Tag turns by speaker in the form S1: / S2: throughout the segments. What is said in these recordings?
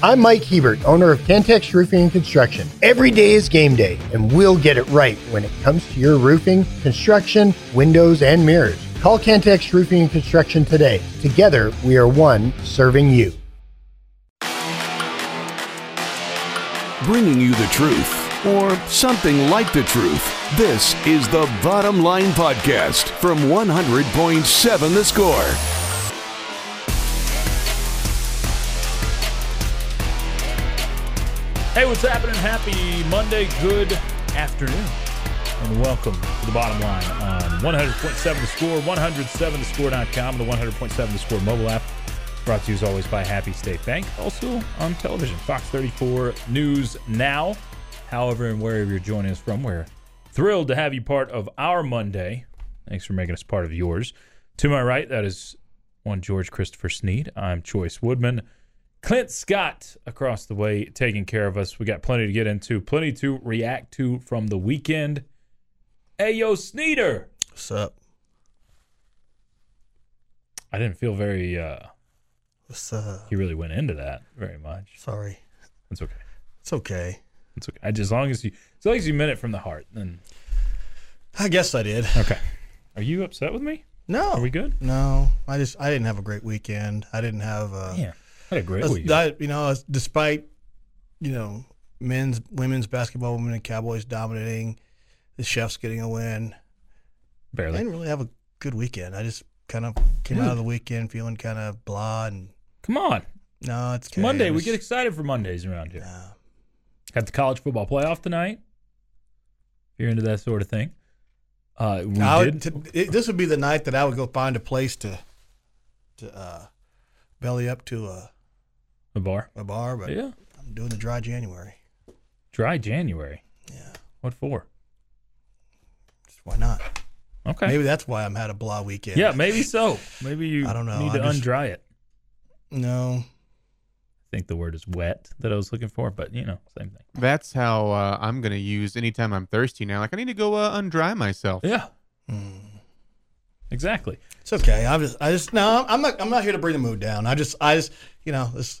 S1: I'm Mike Hebert, owner of Cantex Roofing and Construction. Every day is game day, and we'll get it right when it comes to your roofing, construction, windows, and mirrors. Call Cantex Roofing and Construction today. Together, we are one serving you.
S2: Bringing you the truth, or something like the truth. This is the Bottom Line Podcast from 100.7 The Score.
S3: Hey, what's happening? Happy Monday. Good afternoon. And welcome to the bottom line on 100.7 The Score, 107thescore.com, and the 100.7 The Score mobile app. Brought to you as always by Happy State Bank, also on television, Fox 34 News Now. However, and wherever you're joining us from, we're thrilled to have you part of our Monday. Thanks for making us part of yours. To my right, that is one George Christopher Sneed. I'm Choice Woodman. Clint Scott across the way taking care of us. We got plenty to get into, plenty to react to from the weekend. Hey, yo, Sneeder.
S4: What's up?
S3: I didn't feel very, uh,
S4: What's up?
S3: he really went into that very much.
S4: Sorry.
S3: That's okay.
S4: It's okay.
S3: It's okay. I, as long as you, as long as you meant it from the heart, then
S4: I guess I did.
S3: okay. Are you upset with me?
S4: No.
S3: Are we good?
S4: No. I just I didn't have a great weekend. I didn't have uh
S3: Yeah. Had a great
S4: that's-
S3: week.
S4: that- you know, it's- despite you know, men's women's basketball, women and Cowboys dominating, the chefs getting a win. I
S3: Barely.
S4: didn't really have a good weekend. I just kind of came out of the weekend feeling kind of blah and
S3: Come on.
S4: no, it's okay.
S3: Monday.
S4: It
S3: We
S4: was-
S3: get excited for Mondays around here.
S4: Nah.
S3: Got the college football playoff tonight. If you're into that sort of thing. Uh, we
S4: I
S3: did.
S4: would, to, it, this would be the night that I would go find a place to to uh, belly up to a,
S3: the bar.
S4: a bar, but
S3: Yeah.
S4: I'm doing the dry January.
S3: Dry January.
S4: Yeah.
S3: What for?
S4: Why not?
S3: Okay.
S4: Maybe that's why I'm had a blah weekend.
S3: yeah, maybe so. Maybe you
S4: I don't know.
S3: need to
S4: I'm just-
S3: undry it.
S4: No.
S3: I think the word is wet that I was looking for, but you know, same thing.
S5: That's how uh, I'm gonna use anytime I'm thirsty now. Like I need to go uh, undry myself.
S3: Yeah.
S4: Hmm.
S3: Exactly.
S4: It's okay. I'm just I just no, I'm not I'm not here to bring the mood down. I just I just you know, this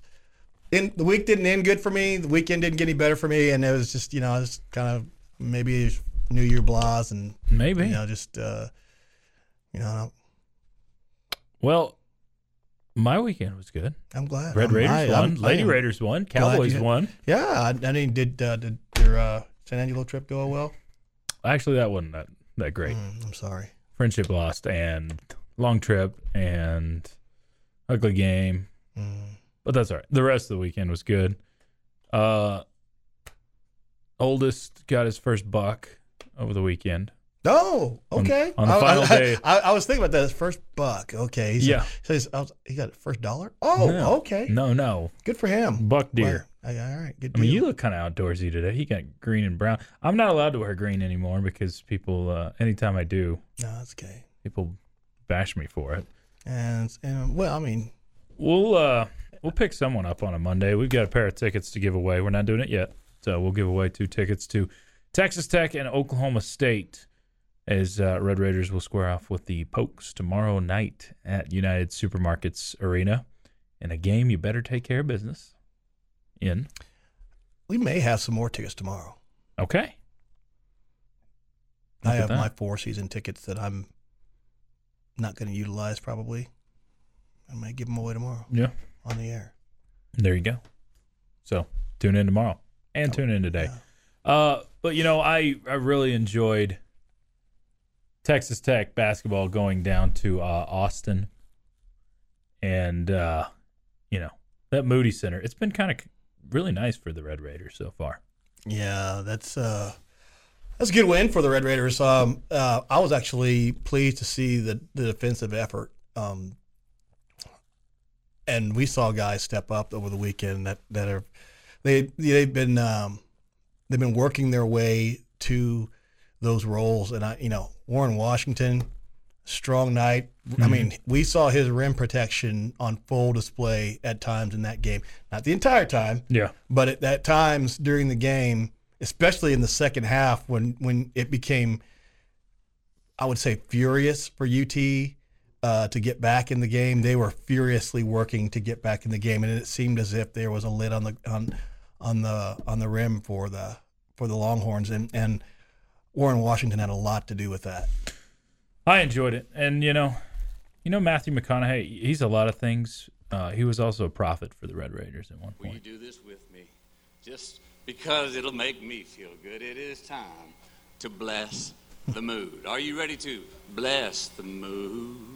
S4: in, the week didn't end good for me. The weekend didn't get any better for me and it was just, you know, I was kind of maybe new year blahs and
S3: Maybe.
S4: you know, just uh you know,
S3: Well, my weekend was good.
S4: I'm glad.
S3: Red
S4: I'm-
S3: Raiders
S4: I-
S3: won.
S4: Uh, I'm- I
S3: Lady
S4: am-
S3: Raiders won. Cowboys
S4: you-
S3: won.
S4: Yeah, I, I mean, did uh, did your uh, San Angelo trip go well?
S3: Actually, that wasn't that, that great.
S4: Mm, I'm sorry.
S3: Friendship lost and long trip and ugly game.
S4: Mm.
S3: but that's all right. The rest of the weekend was good. Uh, oldest got his first buck over the weekend.
S4: No,
S3: On-
S4: Oh, okay.
S3: on the
S4: I-
S3: final
S4: I,
S3: day.
S4: I, I was thinking about that. His first buck. Okay. He's
S3: Yeah.
S4: so he's, I was, he got it first dollar. Oh,
S3: No.
S4: okay.
S3: No, no,
S4: Good for him.
S3: buck deer.
S4: Wow. I- all right. Good.
S3: I mean, you
S4: deal.
S3: look kind of outdoorsy today. He got green and brown. I'm not allowed to wear green anymore because people. Uh, anytime I do,
S4: No, that's okay.
S3: people bash me for it.
S4: And it's- and well, I mean,
S3: We'll uh, we'll pick someone up on a Monday. We've got a pair of tickets to give away. We're not doing it yet, so we'll give away two tickets to Texas Tech and Oklahoma State as uh, Red Raiders will square off with the Pokes tomorrow night at United Supermarkets Arena in a game you better take care of business in.
S4: we may have some more tickets tomorrow.
S3: Okay,
S4: I
S3: Look at
S4: have
S3: that.
S4: my four season tickets that I'm not going to utilize probably. I might give them away tomorrow
S3: yeah,
S4: on the air.
S3: there you go. So tune in tomorrow and tune in today. Uh, but you know, I I really enjoyed Texas Tech basketball going down to uh, Austin, and uh, you know that Moody Center. It's been kind of really nice for the Red Raiders so far.
S4: Yeah, that's uh, that's a good win for the Red Raiders. Um, uh, I was actually pleased to see the, the defensive effort. Um, and we saw guys step up over the weekend that, that are they they've been um, they've been working their way to those roles. And I, you know, Warren Washington, strong night. I mean, we saw his rim protection on full display at times in that game. Not the entire time,
S3: Yeah,
S4: but at, at times during the game, especially in the second half, when when it became, I would say, furious for UT, uh, to get back in the game. They were furiously working to get back in the game, and it seemed as if there was a lid on the on on the on the rim for the for the Longhorns, and and Warren Washington had a lot to do with that.
S3: I enjoyed it, and you know, you know Matthew McConaughey. He's a lot of things. Uh, he was also a prophet for the Red Raiders at one
S6: Will you
S3: point.
S6: do this with me? Just because it'll make me feel good. It is time to bless the mood. Are you ready to bless the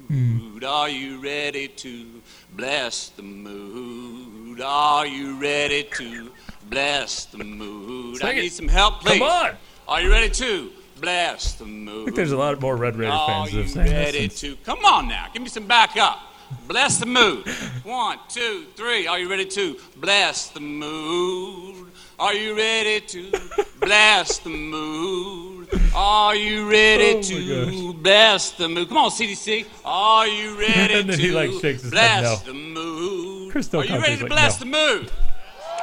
S6: mood? Are you ready to bless the mood? Are you ready to bless the mood? I
S3: Sing it.
S6: need some help,
S3: Come
S6: please.
S3: on.
S6: Are you ready to bless the mood?
S3: I think there's a lot more Red Raider
S6: Are
S3: fans that have
S6: Oh,
S3: sang
S6: you ready
S3: this.
S6: to? Come on now, give me some backup. Bless the mood. One, two, three. Are you ready to bless the mood? Are you ready to bless the mood? Are you ready
S3: Oh, my
S6: to bless the mood? Come on, CDC. Are you ready
S3: And then
S6: to
S3: he, like, shakes his head
S6: bless
S3: no.
S6: the mood?
S3: Crystal
S6: Are you
S3: Country's
S6: ready to
S3: like,
S6: bless
S3: no.
S6: the mood?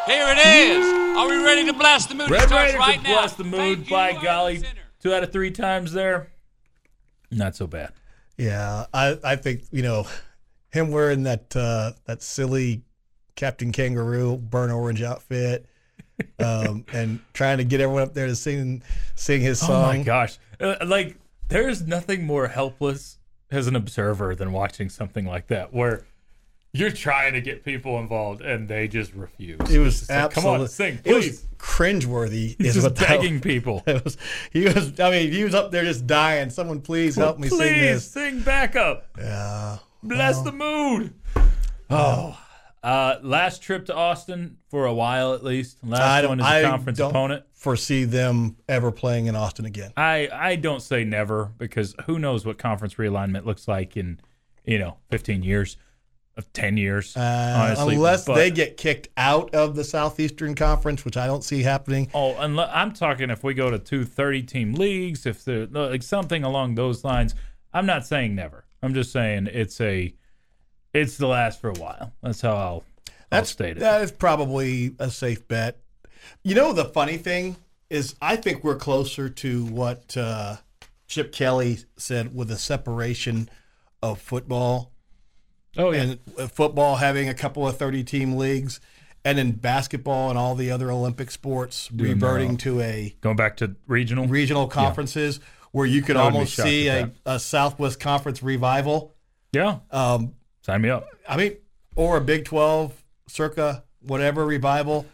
S6: Here it is. Are we ready to bless the mood? It
S3: Red
S6: starts
S3: Raiders
S6: right
S3: have
S6: now.
S3: blessed the mood.
S6: Thank you,
S3: by
S6: Arden
S3: golly,
S6: Center.
S3: two out of three times there. Not so bad.
S4: Yeah, I, I think you know him wearing that uh, that silly Captain Kangaroo burnt orange outfit, um, and trying to get everyone up there to sing sing his
S3: Oh
S4: song.
S3: my gosh! Uh, like there's nothing more helpless as an observer than watching something like that, where you're trying to get people involved and they just refuse.
S4: It was
S3: It's like,
S4: absolutely
S3: come on, sing,
S4: it was
S3: please.
S4: cringeworthy.
S3: He's
S4: is
S3: just
S4: what the hell-
S3: begging people.
S4: It was, he was. I mean, he was up there just dying. Someone please help me
S3: Please
S4: sing this.
S3: sing back up.
S4: Yeah.
S3: Bless the mood. Oh. Uh, last trip to Austin for a while at least. Last
S4: I don't.
S3: one is a
S4: I
S3: conference
S4: don't
S3: opponent.
S4: foresee them ever playing in Austin again.
S3: I I don't say never because who knows what conference realignment looks like in you know 15 years, uh, 10 years.
S4: Uh,
S3: honestly,
S4: unless
S3: but-
S4: they get kicked out of the Southeastern Conference, which I don't see happening.
S3: Oh, unless, I'm talking if we go to two 30 team leagues, if there like something along those lines. I'm not saying never. I'm just saying it's a it's the last for a while. That's how I'll
S4: That's
S3: state it.
S4: that is probably a safe bet. You know, the funny thing is, I think we're closer to what uh, Chip Kelly said with the separation of football
S3: Oh yeah.
S4: and uh, football having a couple of 30 team leagues and then basketball and all the other Olympic sports reverting to a
S3: Going back to regional.
S4: regional conferences where you could
S3: I wouldn't be
S4: almost
S3: shocked
S4: see
S3: at
S4: a, a Southwest Conference revival.
S3: yeah.
S4: Um,
S3: Sign me up.
S4: I mean, or a Big 12 circa whatever revival.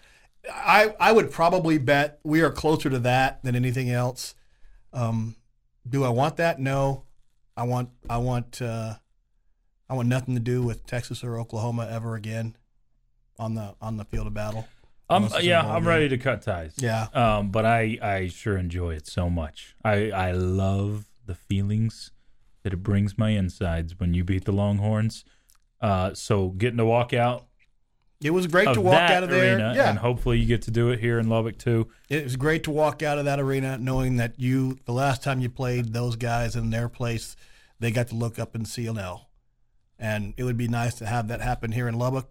S4: I, I would probably bet we are closer to that than anything else. Um, do I want that? No. I want I want uh, I want nothing to do with Texas or Oklahoma ever again on the on the field of battle.
S3: I'm
S4: Unless it's
S3: yeah,
S4: involved
S3: I'm
S4: in-
S3: ready to cut ties.
S4: Yeah.
S3: Um, but I I sure enjoy it so much. I I love the feelings that it brings my insides when you beat the Longhorns. Uh, so getting to walk out
S4: It was great
S3: of
S4: to walk
S3: that
S4: out of there.
S3: arena,
S4: yeah.
S3: and hopefully you get to do it here in Lubbock too.
S4: It was great to walk out of that arena knowing that you, the last time you played those guys in their place, they got to look up and see an L. And it would be nice to have that happen here in Lubbock.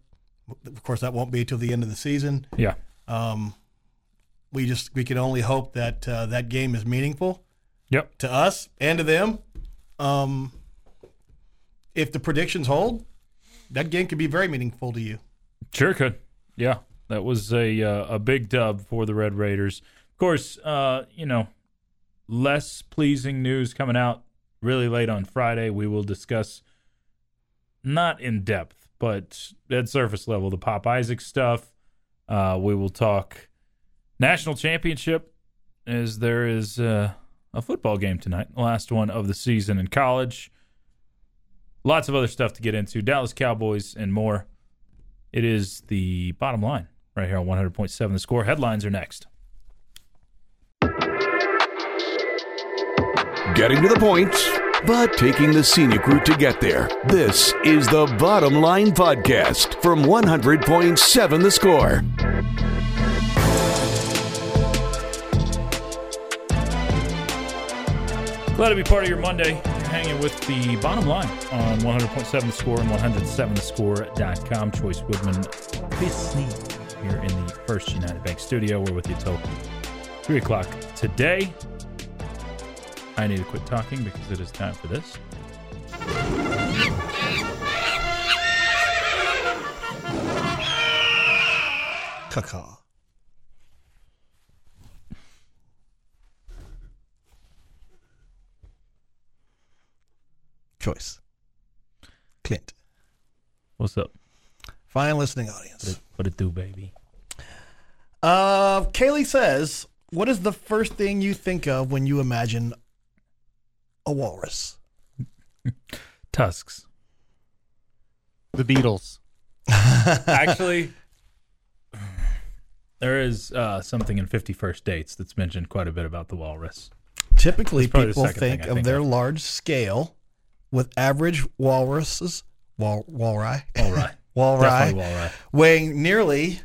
S4: Of course, that won't be till the end of the season.
S3: Yeah.
S4: Um, we just we can only hope that uh, that game is meaningful
S3: Yep.
S4: to us and to them. Um, if the predictions hold, that game could be very meaningful to you.
S3: Sure could. Yeah, that was a uh, a big dub for the Red Raiders. Of course, uh, you know, less pleasing news coming out really late on Friday. We will discuss not in depth, but at surface level, the Pop Isaac stuff. Uh, we will talk national championship as there is uh, a football game tonight, the last one of the season in college. Lots of other stuff to get into. Dallas Cowboys and more. It is the bottom line right here on 100.7 The Score. Headlines are next.
S2: Getting to the point, but taking the scenic route to get there. This is the Bottom Line Podcast from 100.7 The Score.
S3: Glad to be part of your Monday. You're hanging with the bottom line on 100.7 The Score and 107thescore.com. Choice Woodman, Bisney here in the First United Bank studio. We're with you till 3 o'clock today. I need to quit talking because it is time for this.
S4: Caw-caw. Choice. Clint.
S3: What's up?
S4: Fine listening audience.
S3: What it do, baby?
S4: Uh, Kaylee says, "What is the first thing you think of when you imagine a walrus?"
S3: Tusks.
S5: The Beatles.
S3: Actually, there is uh, something in Fifty First Dates that's mentioned quite a bit about the walrus.
S4: Typically,
S3: probably the
S4: people
S3: second thing
S4: think
S3: I
S4: of
S3: think
S4: their
S3: of.
S4: large scale, with average walruses, wal, walri,
S3: Walry.
S4: walri,
S3: Definitely walry.
S4: weighing nearly.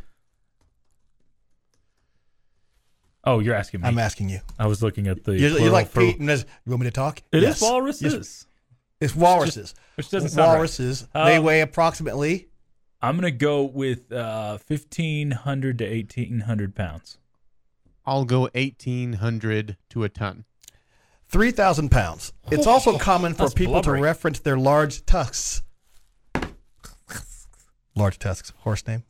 S3: Oh, you're asking me.
S4: I'm asking you.
S3: I was looking at the.
S4: You're, you're
S3: plural
S4: like
S3: for-
S4: Pete. And there's- you want me to talk?
S3: It is
S4: Yes.
S3: walruses.
S4: Yes. It's walruses.
S3: Which doesn't sound right.
S4: walruses. They
S3: Um,
S4: weigh approximately.
S3: I'm gonna go with uh, fifteen hundred to eighteen hundred pounds.
S5: I'll go eighteen hundred to a ton.
S4: 3,000 pounds. It's also common for
S3: That's
S4: people
S3: blubbering.
S4: to reference their large tusks. Large tusks, horse name?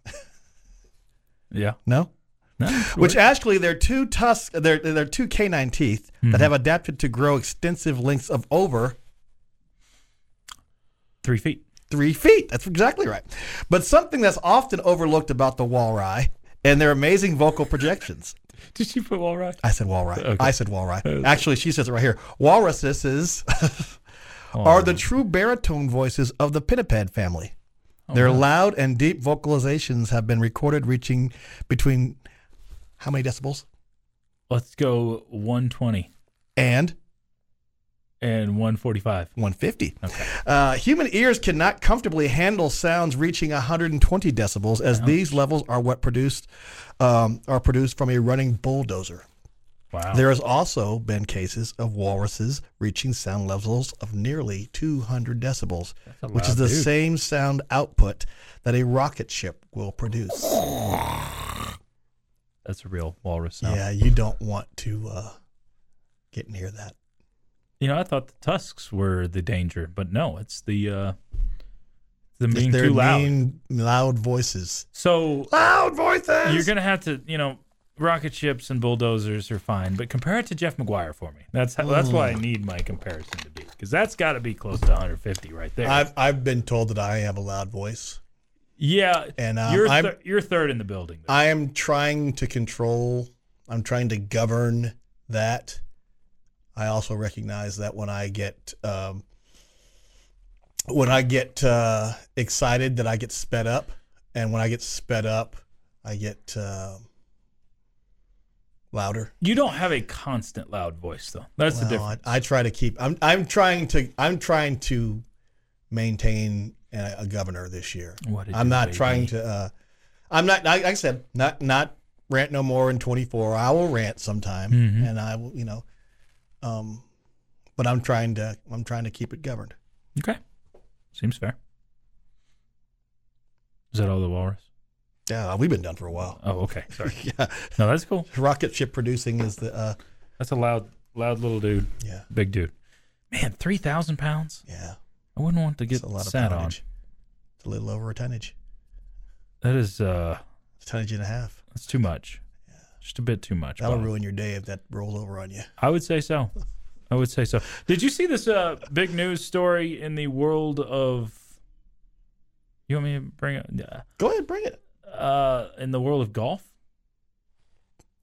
S3: Yeah.
S4: No?
S3: No,
S4: Which actually, they're two tusks, they're, they're two canine teeth
S3: Hmm.
S4: that have adapted to grow extensive lengths of over
S3: three feet.
S4: three feet. That's exactly right. But something that's often overlooked about the walrus and their amazing vocal projections.
S3: Did you put walrus?
S4: I said walrus.
S3: Okay.
S4: I said walrus. Actually, she says it right here. Walruses is- are the true baritone voices of the pinniped family. Their loud and deep vocalizations have been recorded reaching between how many decibels?
S3: Let's go one twenty
S4: And
S3: and one forty five.
S4: 150. Uh, human ears cannot comfortably handle sounds reaching 120 decibels, as these levels are what produced um, are produced from a running bulldozer.
S3: Wow.
S4: There has also been cases of walruses reaching sound levels of nearly 200 decibels, which is the same sound output that a rocket ship will produce.
S3: That's a real walrus sound.
S4: Yeah, you don't want to uh, get near that.
S3: You know, I thought the tusks were the danger, but no, it's the uh the being
S4: They're
S3: too loud.
S4: mean, loud voices.
S3: so
S4: Loud voices.
S3: you're gonna have to, you know, rocket ships and bulldozers are fine, but compare it to Jeff McGuire for me. That's how, that's what I need my comparison to be because that's got to be close to 150 right there.
S4: I've I've been told that I have a loud voice.
S3: yeah,
S4: and, um,
S3: you're
S4: I'm-
S3: thir- you're third in the building. though.
S4: I am trying to control. I'm trying to govern that. I also recognize that when I get um, when I get uh, excited, that I get sped up, and when I get sped up, I get um louder.
S3: you don't have a constant loud voice though. That's the
S4: Well, I,
S3: difference.
S4: I try to keep. I'm I'm trying to I'm trying to maintain a, a governor this year.
S3: What did
S4: I'm
S3: you
S4: not
S3: say,
S4: trying
S3: Vinny?
S4: to. Uh, I'm not. Like I said, not not rant no more in 24. I will rant sometime,
S3: Mm-hmm.
S4: and I will. You know, um, but I'm trying to. I'm trying to keep it governed.
S3: okay, seems fair. Is that all the walrus?
S4: Yeah, we've been done for a while.
S3: Oh, okay. Sorry.
S4: Yeah,
S3: No, that's cool.
S4: rocket ship producing is the. Uh,
S3: That's a loud, loud little dude.
S4: yeah,
S3: Big dude. Man, 3,000 pounds?
S4: yeah.
S3: I wouldn't want to get
S4: it's a lot of
S3: sat on.
S4: poundage. It's a little over a tonnage.
S3: That is, uh,
S4: It's a tonnage and a half.
S3: that's too much. Just a bit too much.
S4: That'll
S3: Bob.
S4: ruin your day if that rolls over on you.
S3: I would say so. I would say so. Did you see this uh, big news story in the world of. You want me to bring it?
S4: Go ahead, bring it.
S3: Uh, in the world of golf?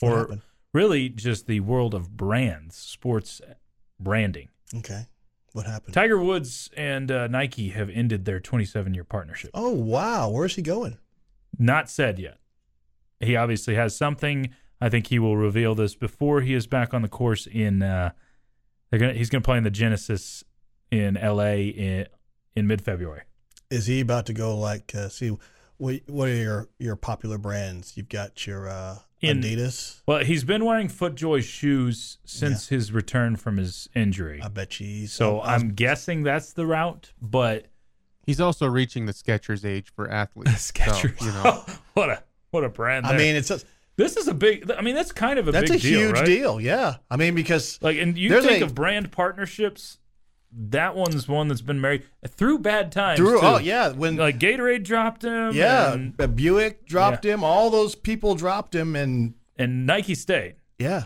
S4: What
S3: Or
S4: happened?
S3: really just the world of brands, sports branding.
S4: Okay. What happened?
S3: Tiger Woods and uh, Nike have ended their 27 year partnership.
S4: oh wow, where's he going?
S3: Not said yet. He obviously has something. I think he will reveal this before he is back on the course in. Uh, they're gonna. He's gonna play in the Genesis in L.A. in, in mid February.
S4: Is he about to go like uh, see what what are your your popular brands? You've got your uh,
S3: In-
S4: Adidas.
S3: Well, he's been wearing FootJoy shoes since his return from his injury.
S4: I bet you.
S3: so I'm guessing that's the route. But
S5: He's also reaching the Skechers age for athletes. so,
S3: Skechers.
S5: you know,
S3: what a what a brand!
S4: I
S3: there.
S4: mean, it's a,
S3: this is a big. I mean, that's kind of a
S4: that's a
S3: big deal,
S4: huge
S3: right?
S4: deal. Yeah. I mean because
S3: Like, and you
S4: There's
S3: think
S4: a-
S3: of brand partnerships, that one's one that's been married through bad times.
S4: Drew,
S3: too.
S4: oh yeah, when
S3: Like oh, Gatorade dropped him.
S4: yeah,
S3: And,
S4: uh, Buick dropped him. All those people dropped him, and
S3: and Nike stayed.
S4: yeah,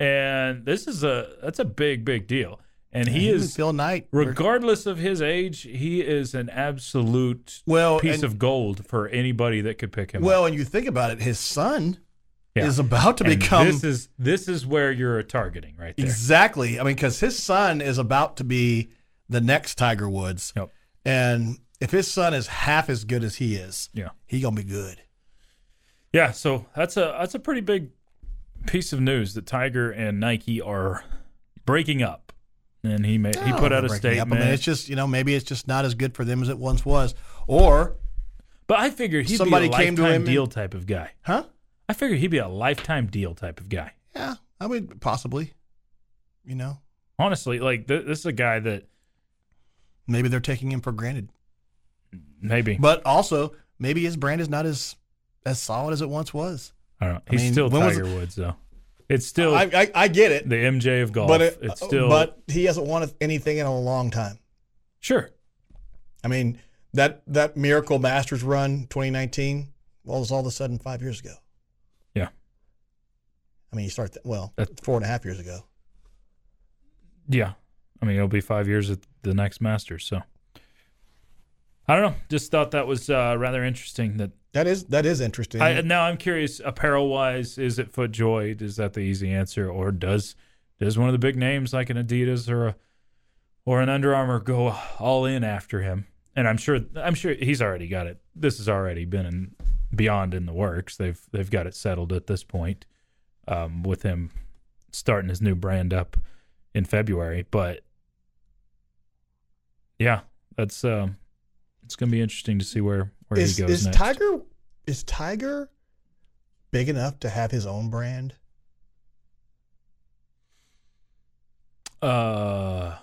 S3: And this is a that's a big big deal. And he
S4: even
S3: is
S4: Phil Knight.
S3: regardless of his age, he is an absolute
S4: Well,
S3: piece
S4: and-
S3: of gold for anybody that could pick him up.
S4: Well, and you think about it, his son
S3: Yeah.
S4: is about to
S3: And
S4: become
S3: this is this is where you're targeting right there.
S4: exactly. I mean, because his son is about to be the next Tiger Woods,
S3: Yep.
S4: and if his son is half as good as he is,
S3: Yeah.
S4: he gonna be good.
S3: Yeah, so that's a that's a pretty big piece of news that Tiger and Nike are breaking up. And he made he
S4: I don't
S3: put
S4: know,
S3: out a
S4: Oh, breaking up.
S3: statement.
S4: I mean, it's just you know maybe it's just not as good for them as it once was, or
S3: but I figured he'd
S4: somebody
S3: be a
S4: came to
S3: lifetime
S4: him and-
S3: deal type of guy.
S4: huh?
S3: I figured he'd be a lifetime deal type of guy.
S4: Yeah, I mean possibly. You know,
S3: Honestly, like th- this is a guy that
S4: maybe they're taking him for granted,
S3: maybe
S4: but also maybe his brand is not as as solid as it once was.
S3: I don't know.
S4: I
S3: He's
S4: mean,
S3: still
S4: when was
S3: Tiger Woods though. It's still
S4: I, I, I get it,
S3: the MJ of golf.
S4: but it, uh,
S3: it's still
S4: but he hasn't won anything in a long time.
S3: sure.
S4: I mean that that miracle Masters run 2019 well, it was all of a sudden five years ago.
S3: Yeah.
S4: I mean, you start that well
S3: That-
S4: four and a half years ago.
S3: Yeah. I mean, it'll be five years at the next Masters. So I don't know. Just thought that was uh, rather interesting. That
S4: That is that is interesting.
S3: I, now I'm curious. Apparel wise, is it FootJoy? Is that the easy answer, or does does one of the big names like an Adidas or a or an Under Armour go all in after him? And I'm sure I'm sure he's already got it. This has already been in, beyond in the works. They've they've got it settled at this point um, with him starting his new brand up in February. But yeah, that's um, it's going to be interesting to see where where
S4: is,
S3: he goes
S4: is
S3: next.
S4: Tiger is Tiger big enough to have his own brand?
S3: Uh,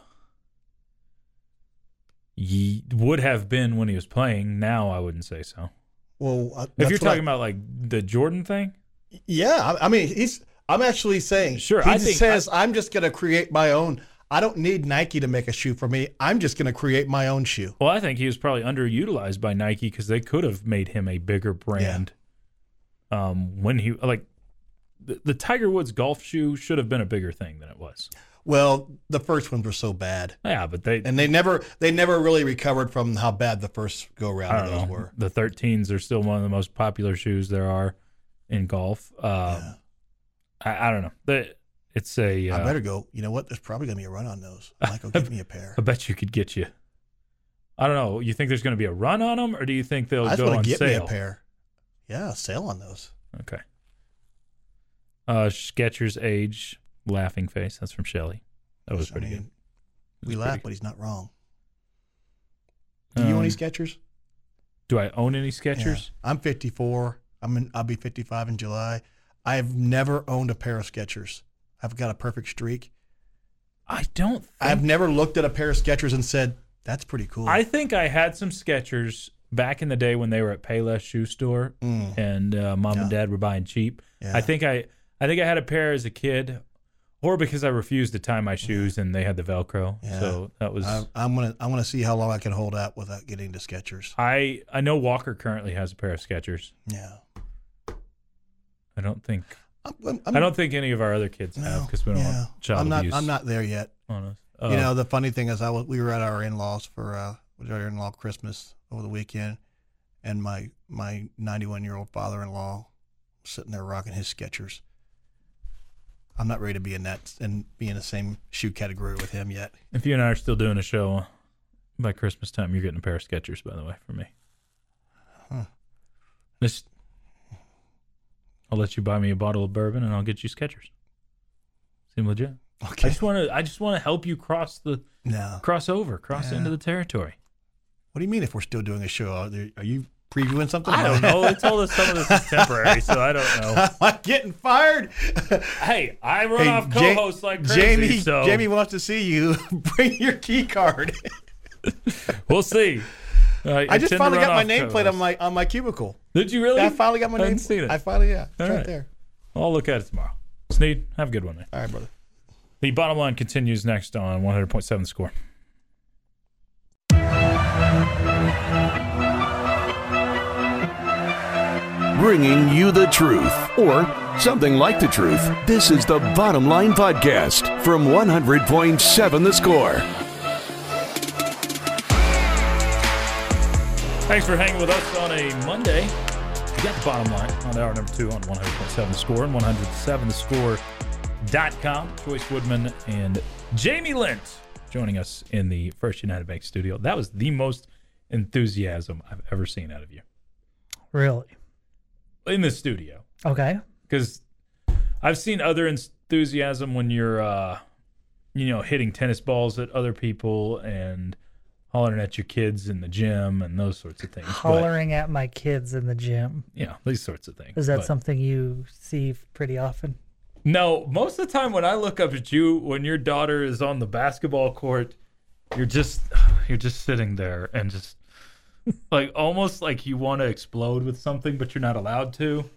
S3: ye- would have been when he was playing. Now I wouldn't say so.
S4: Well, I-
S3: if
S4: that's
S3: you're
S4: what I-
S3: talking about like the Jordan thing,
S4: yeah, I, I mean, he's. I'm actually saying,
S3: Sure,
S4: He
S3: I
S4: just
S3: think-
S4: says, I, am just going to create my own. I don't need Nike to make a shoe for me. I'm just going to create my own shoe.
S3: well, I think he was probably underutilized by Nike because they could have made him a bigger brand. Um, when he like the, the Tiger Woods golf shoe should have been a bigger thing than it was.
S4: Well, the first ones were so bad,
S3: Yeah, but they
S4: and they never they never really recovered from how bad the first go round
S3: I
S4: of those
S3: don't know.
S4: were.
S3: The 13s are still one of the most popular shoes there are in golf. Um, I, I don't know. The, it's a.
S4: I
S3: uh,
S4: better go. You know what? There's probably going to be a run on those. Michael, give me a pair.
S3: I bet you could get you. I don't know. You think there's going to be a run on them, or do you think they'll
S4: I just
S3: go
S4: want
S3: on
S4: to get
S3: sale?
S4: me a pair. Yeah, sale on those.
S3: Okay. Uh, Skechers age laughing face. That's from Shelly. That was
S4: I
S3: pretty
S4: mean, We
S3: was
S4: laugh,
S3: pretty-
S4: but he's not wrong.
S3: good.
S4: Do you own any
S3: Um,
S4: Skechers?
S3: Do I own any Skechers?
S4: Yeah. I'm 54. I'm in, I'll be 55 in July. I've never owned a pair of Skechers. I've got a perfect streak.
S3: I don't. Think,
S4: I've never looked at a pair of Skechers and said, "That's pretty cool."
S3: I think I had some Skechers back in the day when they were at Payless shoe store,
S4: Mm.
S3: and uh, mom and dad were buying cheap.
S4: Yeah.
S3: I think I, I think I had a pair as a kid, or because I refused to tie my shoes and they had the Velcro.
S4: Yeah.
S3: So that was.
S4: I, I'm gonna I'm gonna see how long I can hold out without getting to Skechers.
S3: I I know Walker currently has a pair of Skechers.
S4: Yeah.
S3: I don't think
S4: I'm, I'm,
S3: I'm, I do not think any of our other kids have because we don't
S4: yeah.
S3: want child
S4: I'm not
S3: abuse.
S4: I'm not there yet.
S3: on us. Uh,
S4: you know, the funny thing is, I was, we were at our in-laws for uh, we were at our in-law Christmas over the weekend, and my my 91-year-old father-in-law sitting there rocking his Skechers. I'm not ready to be in that and be in the same shoe category with him yet.
S3: if you and I are still doing a show uh, by Christmas time, you're getting a pair of Skechers, by the way, for me. This, I'll let you buy me a bottle of bourbon, and I'll get you Skechers. Seem legit. I
S4: Okay.
S3: just want to. I just want to help you cross the
S4: No.
S3: cross over, cross into the territory.
S4: What do you mean if we're still doing a show? Are, there, are you previewing something?
S3: I don't know. They told us some of this is temporary, so I don't know.
S4: Am I getting fired?
S3: Hey, I run
S4: Hey,
S3: off
S4: Ja-
S3: co-hosts like crazy.
S4: Jamie,
S3: so
S4: Jamie wants to see you. Bring your key card.
S3: we'll see.
S4: I just finally got my nameplate on my on my cubicle.
S3: Did Oh, you really?
S4: Yeah, I finally got my
S3: I
S4: name.
S3: hadn't seen it.
S4: I finally, yeah. It's
S3: All
S4: right.
S3: right.
S4: there.
S3: I'll look at it tomorrow. Sneed, have a good one, man.
S4: All right, brother.
S3: The bottom line continues next on 100.7 score.
S2: bringing you the truth or something like the truth. This is the Bottom Line Podcast from 100.7 The Score.
S3: Thanks for hanging with us on a Monday. You got the bottom line on hour number two on 100.7 The Score and 107thescore.com. Joyce Woodman and Jamie Lint joining us in the First United Bank studio. That was the most enthusiasm I've ever seen out of you
S7: Really?
S3: in the studio
S7: Okay.
S3: because I've seen other enthusiasm when you're, uh, you know, hitting tennis balls at other people and hollering at your kids in the gym and those sorts of things. but-
S7: Hollering at my kids in the gym.
S3: yeah, these sorts of things.
S7: Is that
S3: but-
S7: something you see pretty often?
S3: No, most of the time when I look up at you, when your daughter is on the basketball court, you're just you're just sitting there and just like almost like you want to explode with something, but you're not allowed to.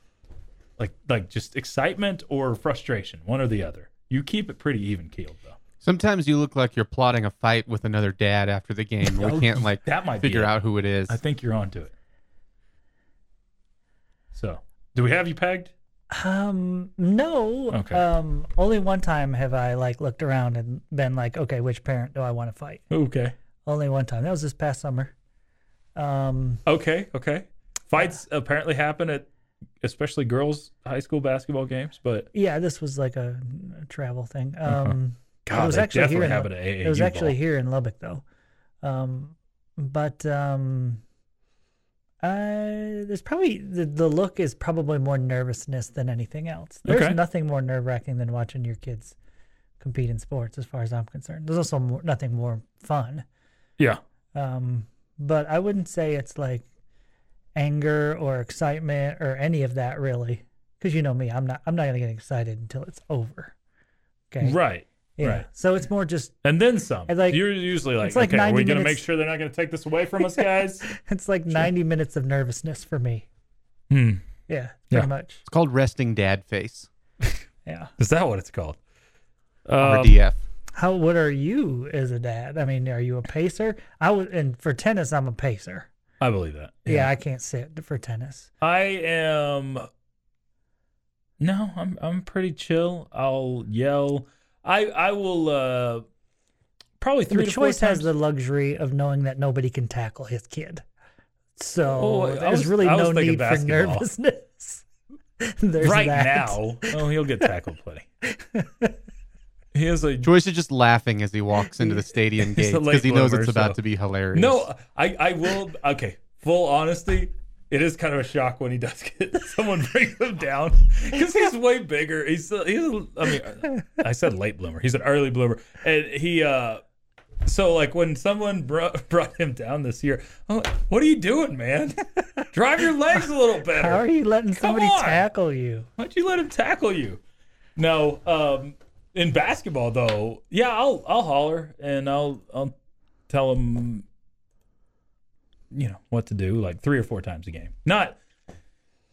S3: Like like just excitement or frustration, one or the other. You keep it pretty even keeled though.
S5: Sometimes you look like you're plotting a fight with another dad after the game. and
S3: Oh,
S5: we can't like
S3: that might be
S5: figure
S3: it.
S5: out who it is.
S3: I think you're onto it. So, do we have you pegged?
S7: Um, no.
S3: Okay.
S7: Um, only one time have I like looked around and been like, okay, which parent do I want to fight?
S3: Okay.
S7: Only one time. That was this past summer. Um,
S3: Okay, okay. Fights apparently happen at especially girls high school basketball games, but
S7: yeah, this was like a, a travel thing.
S3: Uh-huh.
S7: Um,
S3: God,
S7: it was
S3: they
S7: actually
S3: definitely
S7: here.
S3: have
S7: in,
S3: it at
S7: It was
S3: AAU
S7: actually
S3: ball.
S7: here in Lubbock though. Um, but um, I, there's probably the, the look is probably more nervousness than anything else. There's
S3: Okay.
S7: nothing more nerve wracking than watching your kids compete in sports, as far as I'm concerned. There's also more, nothing more fun.
S3: yeah.
S7: Um, but I wouldn't say it's like anger or excitement or any of that really, because you know me, I'm not I'm not gonna get excited until it's over. Okay.
S3: Right.
S7: Yeah.
S3: Right.
S7: So it's more just
S3: And then some.
S7: And, like,
S3: You're usually like,
S7: it's like
S3: okay, are we
S7: 90
S3: going to
S7: minutes-
S3: make sure they're not going to take this away from us, guys?
S7: it's like 90 minutes of nervousness for me.
S3: hmm.
S7: Yeah.
S3: Yeah.
S7: Pretty much.
S5: it's called resting dad face
S7: Yeah.
S3: Is that what it's called?
S5: or
S3: Um,
S5: DF.
S7: How what are you as a dad? I mean, are you a pacer? I would and for tennis I'm a pacer.
S3: I believe that.
S7: Yeah, I can't sit for tennis.
S3: I am. No, I'm I'm pretty chill. I'll yell. I I will uh probably three
S7: The
S3: to four
S7: choice has
S3: times-
S7: the luxury of knowing that nobody can tackle his kid. So
S3: Oh, I- I
S7: there's
S3: was-
S7: really
S3: I was
S7: no
S3: thinking
S7: need for
S3: basketball.
S7: nervousness. there's
S3: right
S7: that.
S3: now. Oh, he'll get tackled plenty. he is a
S5: Joyce is just laughing as he walks into the stadium
S3: He's
S5: gate
S3: a late
S5: because he knows
S3: bloomer,
S5: it's about
S3: so-
S5: to be hilarious.
S3: No, I, I will. Okay, full honesty, it is kind of a shock when he does get someone brings him down because he's way bigger. He's he's. I mean, I said late bloomer. He's an early bloomer, and he. uh So like when someone brought brought him down this year, I'm like, what are you doing, man? Drive your legs a little better.
S7: How are you letting somebody
S3: on.
S7: tackle you?
S3: Why'd you let him tackle you? No, um, in basketball though, yeah, I'll I'll holler and I'll I'll tell him, you know, what to do like three or four times a game. Not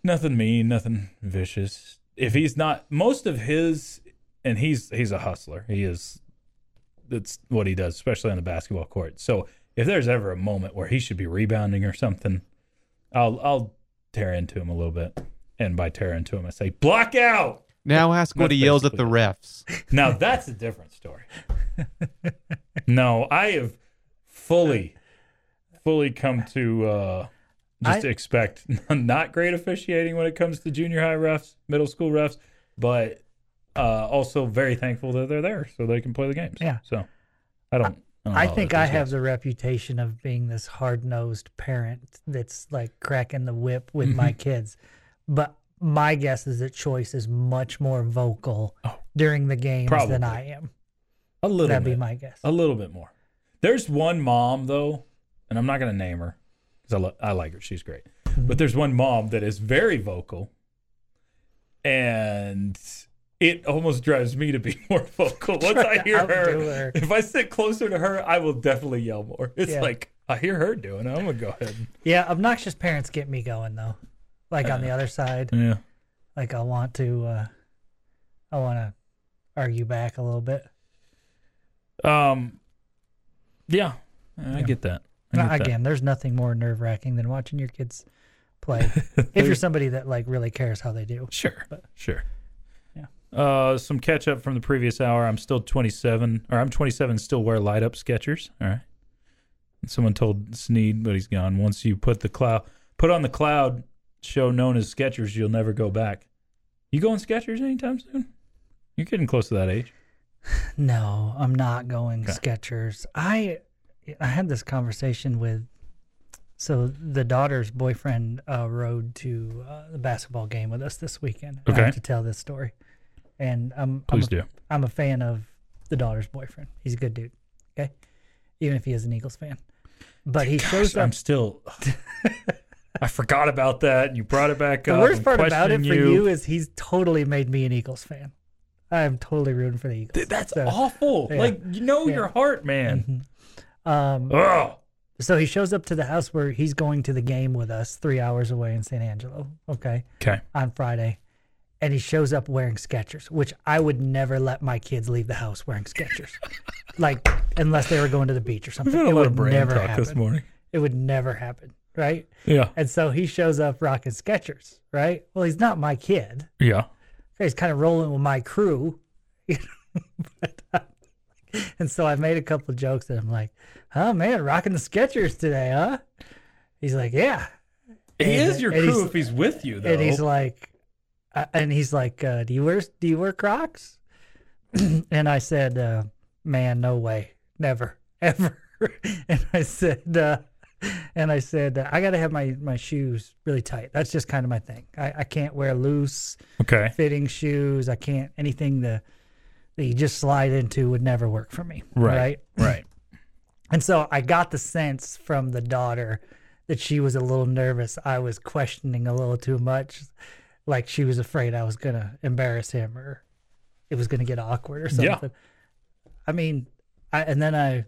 S3: nothing mean, nothing vicious. If he's not most of his, and he's he's a hustler. He is. That's what he does, especially on the basketball court. So if there's ever a moment where he should be rebounding or something, I'll I'll tear into him a little bit. And by tear into him, I say, block out.
S5: Now ask what
S3: That's
S5: he yells at the
S3: basically
S5: refs.
S3: Now that's a different story. no, I have fully, fully come to uh, just
S7: I-
S3: expect not great officiating when it comes to junior high refs, middle school refs, but uh, also very thankful that they're there so they can play the games.
S7: Yeah.
S3: So I don't. I, don't
S7: I
S3: holler
S7: think
S3: at
S7: I
S3: those
S7: have
S3: guys.
S7: the reputation of being this hard nosed parent that's like cracking the whip with my
S3: Mm-hmm.
S7: kids. But my guess is that Choice is much more vocal during the games than
S3: Oh. Probably.
S7: I am.
S3: a little.
S7: That'd be
S3: bit.
S7: my guess.
S3: A little bit more. There's one mom though, and I'm not gonna name her because I, lo- I like her. She's great. But there's one mom that is very vocal, and it almost drives me to be more vocal. Once
S7: Try
S3: I
S7: to
S3: hear
S7: outdo
S3: her,
S7: her.
S3: if I sit closer to her, I will definitely yell more. It's
S7: Yeah.
S3: like I hear her doing. it. I'm gonna go ahead.
S7: Yeah, obnoxious parents get me going though. Like
S3: Uh.
S7: on the other side,
S3: Yeah.
S7: like I want to, uh, I want to argue back a little bit.
S3: Um. Yeah, I get that. I get that.
S7: Again, there's nothing more nerve wracking than watching your kids play if you're somebody that like really cares how they do.
S8: Sure. Sure.
S3: Uh, some catch up from the previous hour. I'm still 27, or I'm 27, and still wear light up Skechers. All right. And someone told Sneed, but he's gone. Once you put the cloud, put on the cloud show known as Skechers, you'll never go back. You going Skechers anytime soon? You're getting close to that age.
S7: No, I'm not going Skechers. I I had this conversation with so the daughter's boyfriend uh, rode to uh, the basketball game with us this weekend. I
S3: Okay.
S7: have to tell this story, and I'm
S3: Please
S7: I'm a,
S3: do.
S7: I'm a fan of the daughter's boyfriend. He's a good dude. Okay, even if he is an Eagles fan, but he shows up.
S3: I'm still. I forgot about that. You brought it back
S7: The
S3: up.
S7: worst
S3: I'm
S7: part about it for
S3: questioning
S7: you. is he's totally made me an Eagles fan. I'm totally rooting for the Eagles.
S3: Th- that's
S7: So,
S3: awful.
S7: yeah.
S3: Like you know
S7: Yeah.
S3: your heart, man.
S7: Um,
S3: Oh,
S7: so he shows up to the house where he's going to the game with us, three hours away in San Angelo. Okay,
S3: okay.
S7: on Friday, and he shows up wearing Skechers, which I would never let my kids leave the house wearing Skechers, like unless they were going to the beach or something.
S3: We've had a
S7: it
S3: lot
S7: would
S3: of brand
S7: never
S3: talk
S7: happen.
S3: this morning.
S7: It would never happen, right?
S3: Yeah,
S7: And so he shows up rocking Skechers, right? Well, he's not my kid.
S3: yeah.
S7: he's kind of rolling with my crew. you know, but, uh, and so I made a couple jokes that I'm like, oh man, rocking the Skechers today, huh? He's like, yeah.
S3: He
S7: And-
S3: is your
S7: and
S3: crew
S7: he's-
S3: if he's with you, though.
S7: And he's like, uh, and he's like, uh, do you wear do you wear Crocs? and I said, uh, man, no way, never, ever. and I said, uh, and I said, uh, I got to have my my shoes really tight. That's just kind of my thing. I, I can't wear loose
S3: okay,
S7: fitting shoes. I can't anything that that you just slide into would never work for me.
S3: Right.
S7: Right.
S3: right.
S7: And so I got the sense from the daughter that she was a little nervous. I was questioning a little too much. Like she was afraid I was gonna embarrass him or it was gonna get awkward or
S3: Yeah.
S7: something. I mean, I and then I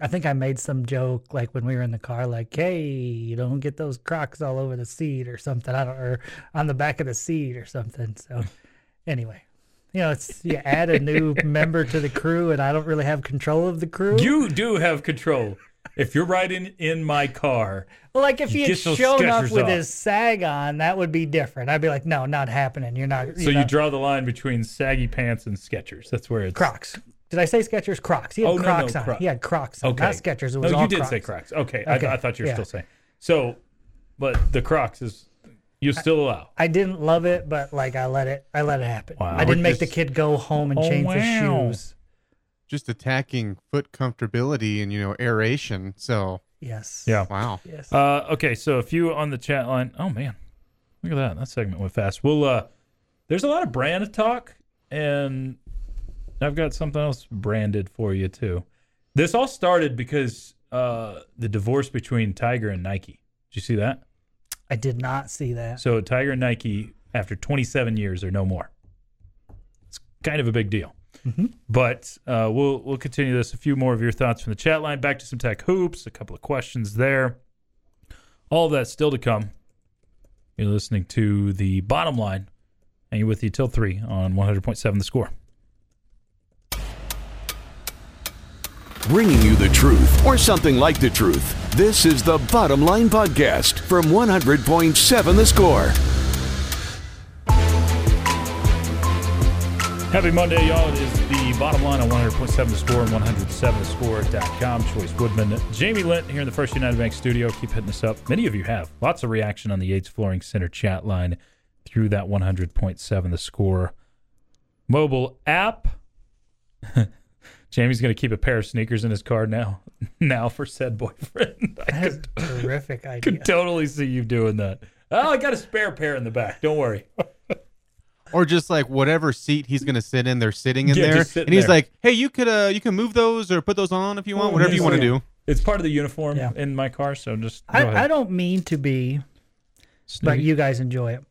S7: I think I made some joke like when we were in the car, like, "Hey, you don't get those Crocs all over the seat or something. I don't, or on the back of the seat or something." So, anyway, you know, it's you add a new member to the crew, and I don't really have control of the crew.
S3: You do have control. If you're riding in my car,
S7: Well, like if he
S3: Get
S7: had
S3: those
S7: shown up
S3: Skechers
S7: with
S3: off.
S7: his sag on, that would be different. I'd be like, "No, not happening. You're not."
S3: so you
S7: know,
S3: draw the line between saggy pants and Skechers. That's where it's
S7: Crocs. Did I say Skechers? Crocs. He had
S3: Oh, no, no,
S7: Crocs on.
S3: Croc-
S7: He had Crocs on.
S3: Okay,
S7: Not Skechers. It was
S3: no,
S7: all
S3: you did
S7: Crocs.
S3: say Crocs. Okay,
S7: Okay,
S3: I, I thought you were
S7: yeah.
S3: still saying. So, but the Crocs is you still allow.
S7: I didn't love it, but like I let it, I let it happen.
S3: Wow.
S7: I didn't
S3: We're
S7: make the
S3: just-
S7: kid go home and
S3: Oh,
S7: change
S3: wow.
S7: the shoes.
S5: Just attacking foot comfortability and you know aeration. So
S7: Yes.
S5: wow.
S7: Yes.
S3: Uh, okay, so a few on the chat line. Oh man, look at that. That segment went fast. Well, uh, there's a lot of brand talk, and I've got something else branded for you too. This all started because uh, the divorce between Tiger and Nike. Did you see that?
S7: I did not see that.
S3: So Tiger and Nike, after 27 years, are no more. It's kind of a big deal. But uh, we'll we'll continue this. A few more of your thoughts from the chat line. Back to some tech hoops. A couple of questions there. All of that still to come. You're listening to the bottom line, and you're with you till three on 100.7 The Score.
S2: Bringing you the truth or something like the truth. This is the Bottom Line Podcast from 100.7 The Score.
S3: Happy Monday, y'all. It is the bottom line on 100.7 The Score and 107thescore.com. Choice Woodman, Jamie Lent here in the First United Bank studio. Keep hitting us up. Many of you have. Lots of reaction on the Yates Flooring Center chat line through that 100.7 The Score mobile app. Jamie's going to keep a pair of sneakers in his car now, now for said boyfriend. I
S7: That's
S3: could,
S7: a terrific
S3: could
S7: idea.
S3: totally see you doing that. Oh, I got a spare pair in the back. Don't worry.
S5: Or just like whatever seat he's gonna sit in, they're sitting in
S3: Yeah,
S5: there,
S3: just sitting
S5: and he's
S3: there.
S5: like, "Hey, you could uh, you can move those or put those on if you want,
S3: Oh,
S5: whatever you want to
S3: yeah.
S5: do."
S3: It's part of the uniform
S7: Yeah.
S3: in my car, so just go ahead.
S7: I, I don't mean to be, but
S3: Snooty.
S7: you guys enjoy it.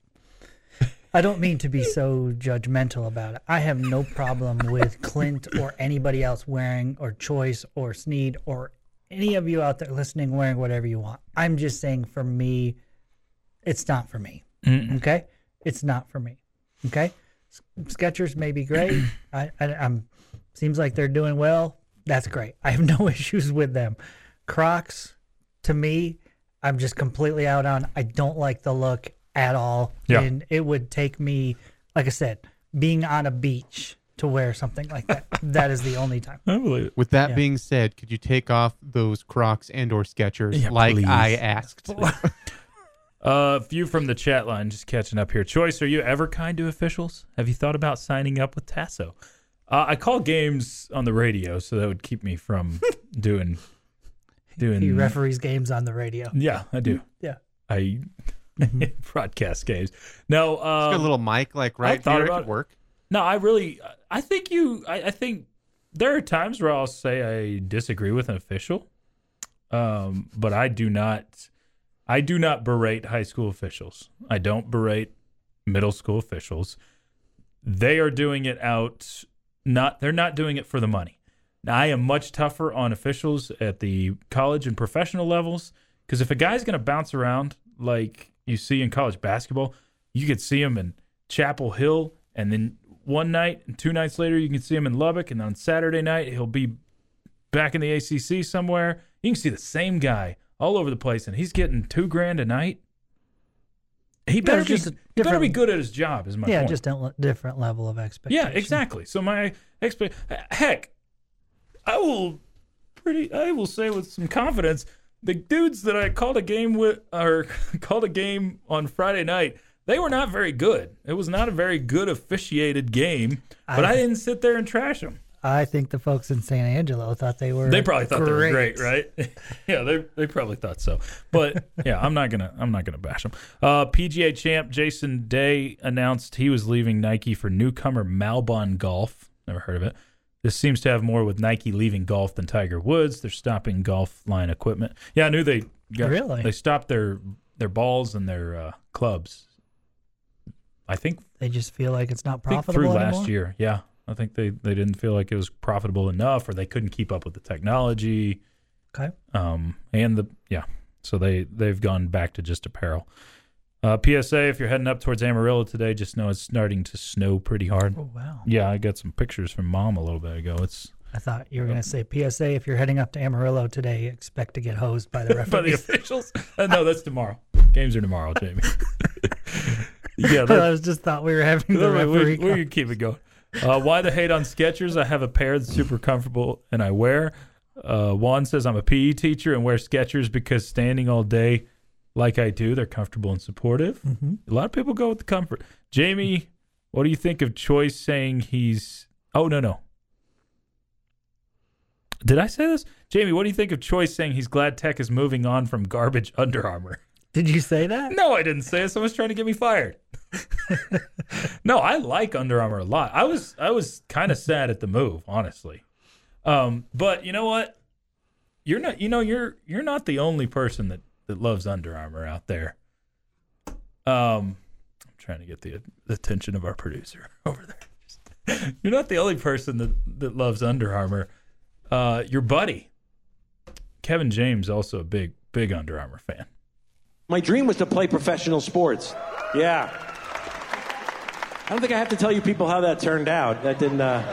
S7: I don't mean to be so judgmental about it. I have no problem with Clint or anybody else wearing, or Choice or Sneed or any of you out there listening wearing whatever you want. I'm just saying for me, it's not for me. Okay? It's not for me. Okay? S- Skechers may be great. I, I, I'm seems like they're doing well. That's great. I have no issues with them. Crocs, to me, I'm just completely out on. I don't like the look at all.
S3: Yeah.
S7: And it would take me, like I said, being on a beach to wear something like that. that is the only time.
S3: I believe it.
S5: With that
S7: Yeah.
S5: being said, could you take off those Crocs and or Skechers
S8: Yeah,
S5: like
S8: please.
S5: I asked?
S3: Uh, a few from the chat line, just catching up here. Choice, are you ever kind to officials? Have you thought about signing up with Tasso? Uh, I call games on the radio, so that would keep me from doing doing.
S7: He referees games on the radio.
S3: yeah, Mm-hmm. I do.
S7: Yeah.
S3: I broadcast games. No,
S5: Just
S3: um,
S5: got a little mic like right
S3: thought
S5: here.
S3: about
S5: it
S3: it.
S5: could work.
S3: no. I really, I think you. I, I think there are times where I'll say I disagree with an official, um, but I do not. I do not berate high school officials. I don't berate middle school officials. They are doing it out not they're not doing it for the money. Now I am much tougher on officials at the college and professional levels because if a guy's going to bounce around like you see in college basketball, you could see him in Chapel Hill and then one night and two nights later you can see him in Lubbock and on Saturday night he'll be back in the ACC somewhere. You can see the same guy all over the place and he's getting 2 grand a night. He better,
S7: it's
S3: be,
S7: just a
S3: he better
S7: different-
S3: be good at his job, is my
S7: yeah,
S3: point.
S7: just a different level of
S3: Yeah,
S7: expectation.
S3: exactly. So my expect heck, I will pretty I will say with some confidence the dudes that I called a game with or called a game on Friday night, they were not very good. It was not a very good officiated game, but I,
S7: I-
S3: didn't sit there and trash them.
S7: I think the folks in San Angelo thought they were.
S3: They probably thought they were great, right? yeah, they they probably thought so. But yeah, I'm not gonna I'm not gonna bash them. Uh, PGA champ Jason Day announced he was leaving Nike for newcomer Malbon Golf. Never heard of it. This seems to have more with Nike leaving golf than Tiger Woods. They're stopping golf line equipment. Yeah, I knew they got,
S7: Really?
S3: they stopped their their balls and their uh, clubs. I think
S7: They just feel like it's
S3: I
S7: not
S3: think
S7: profitable
S3: through
S7: anymore.
S3: last year. Yeah, I think they they didn't feel like it was profitable enough, or they couldn't keep up with the technology.
S7: Okay.
S3: Um, and the yeah, so they they've gone back to just apparel. Uh, PSA: If you're heading up towards Amarillo today, just know it's starting to snow pretty hard.
S7: Oh wow!
S3: Yeah, I got some pictures from mom a little bit ago. It's
S7: I thought you were going to say PSA. If you're heading up to Amarillo today, expect to get hosed by the
S3: by the
S7: referees.
S3: officials. Uh, no, that's tomorrow. Games are tomorrow, Jamie. yeah, that's,
S7: I was just thought we were having the
S3: All right, we-
S7: referee.
S3: we, can keep it going. Uh, why the hate on Skechers? I have a pair that's super comfortable and I wear. Uh, Juan says I'm a PE teacher and wear Skechers because standing all day, like I do, they're comfortable and supportive.
S7: Mm-hmm.
S3: A lot of people go with the comfort. Jamie, what do you think of Choice saying he's? Oh no no. Did I say this, Jamie? What do you think of Choice saying he's glad Tech is moving on from garbage Under Armour?
S7: Did you say that?
S3: No, I didn't say it. Someone's trying to get me fired. no, I like Under Armour a lot. I was I was kind of sad at the move, honestly. Um, but you know what? You're not you know you're you're not the only person that that loves Under Armour out there. Um, I'm trying to get the attention of our producer over there. You're not the only person that that loves Under Armour. Uh, your buddy Kevin James also a big big Under Armour fan.
S9: My dream was to play professional sports. Yeah. I don't think I have to tell you people how that turned out. That didn't. Uh,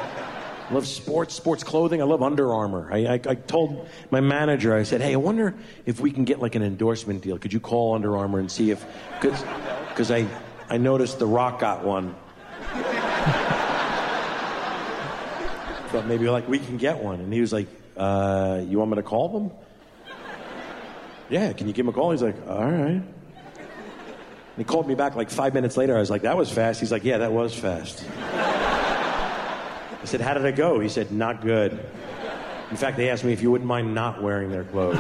S9: love sports, sports clothing. I love Under Armour. I, I, I told my manager, I said, hey, I wonder if we can get like an endorsement deal. Could you call Under Armour and see if. Because I, I noticed The Rock got one. Thought maybe like we can get one. And he was like, uh, you want me to call them? yeah, can you give him a call? He's like, all right. And he called me back like five minutes later. I was like, that was fast. He's like, yeah, that was fast. I said, how did it go? He said, not good. In fact, they asked me if you wouldn't mind not wearing their clothes.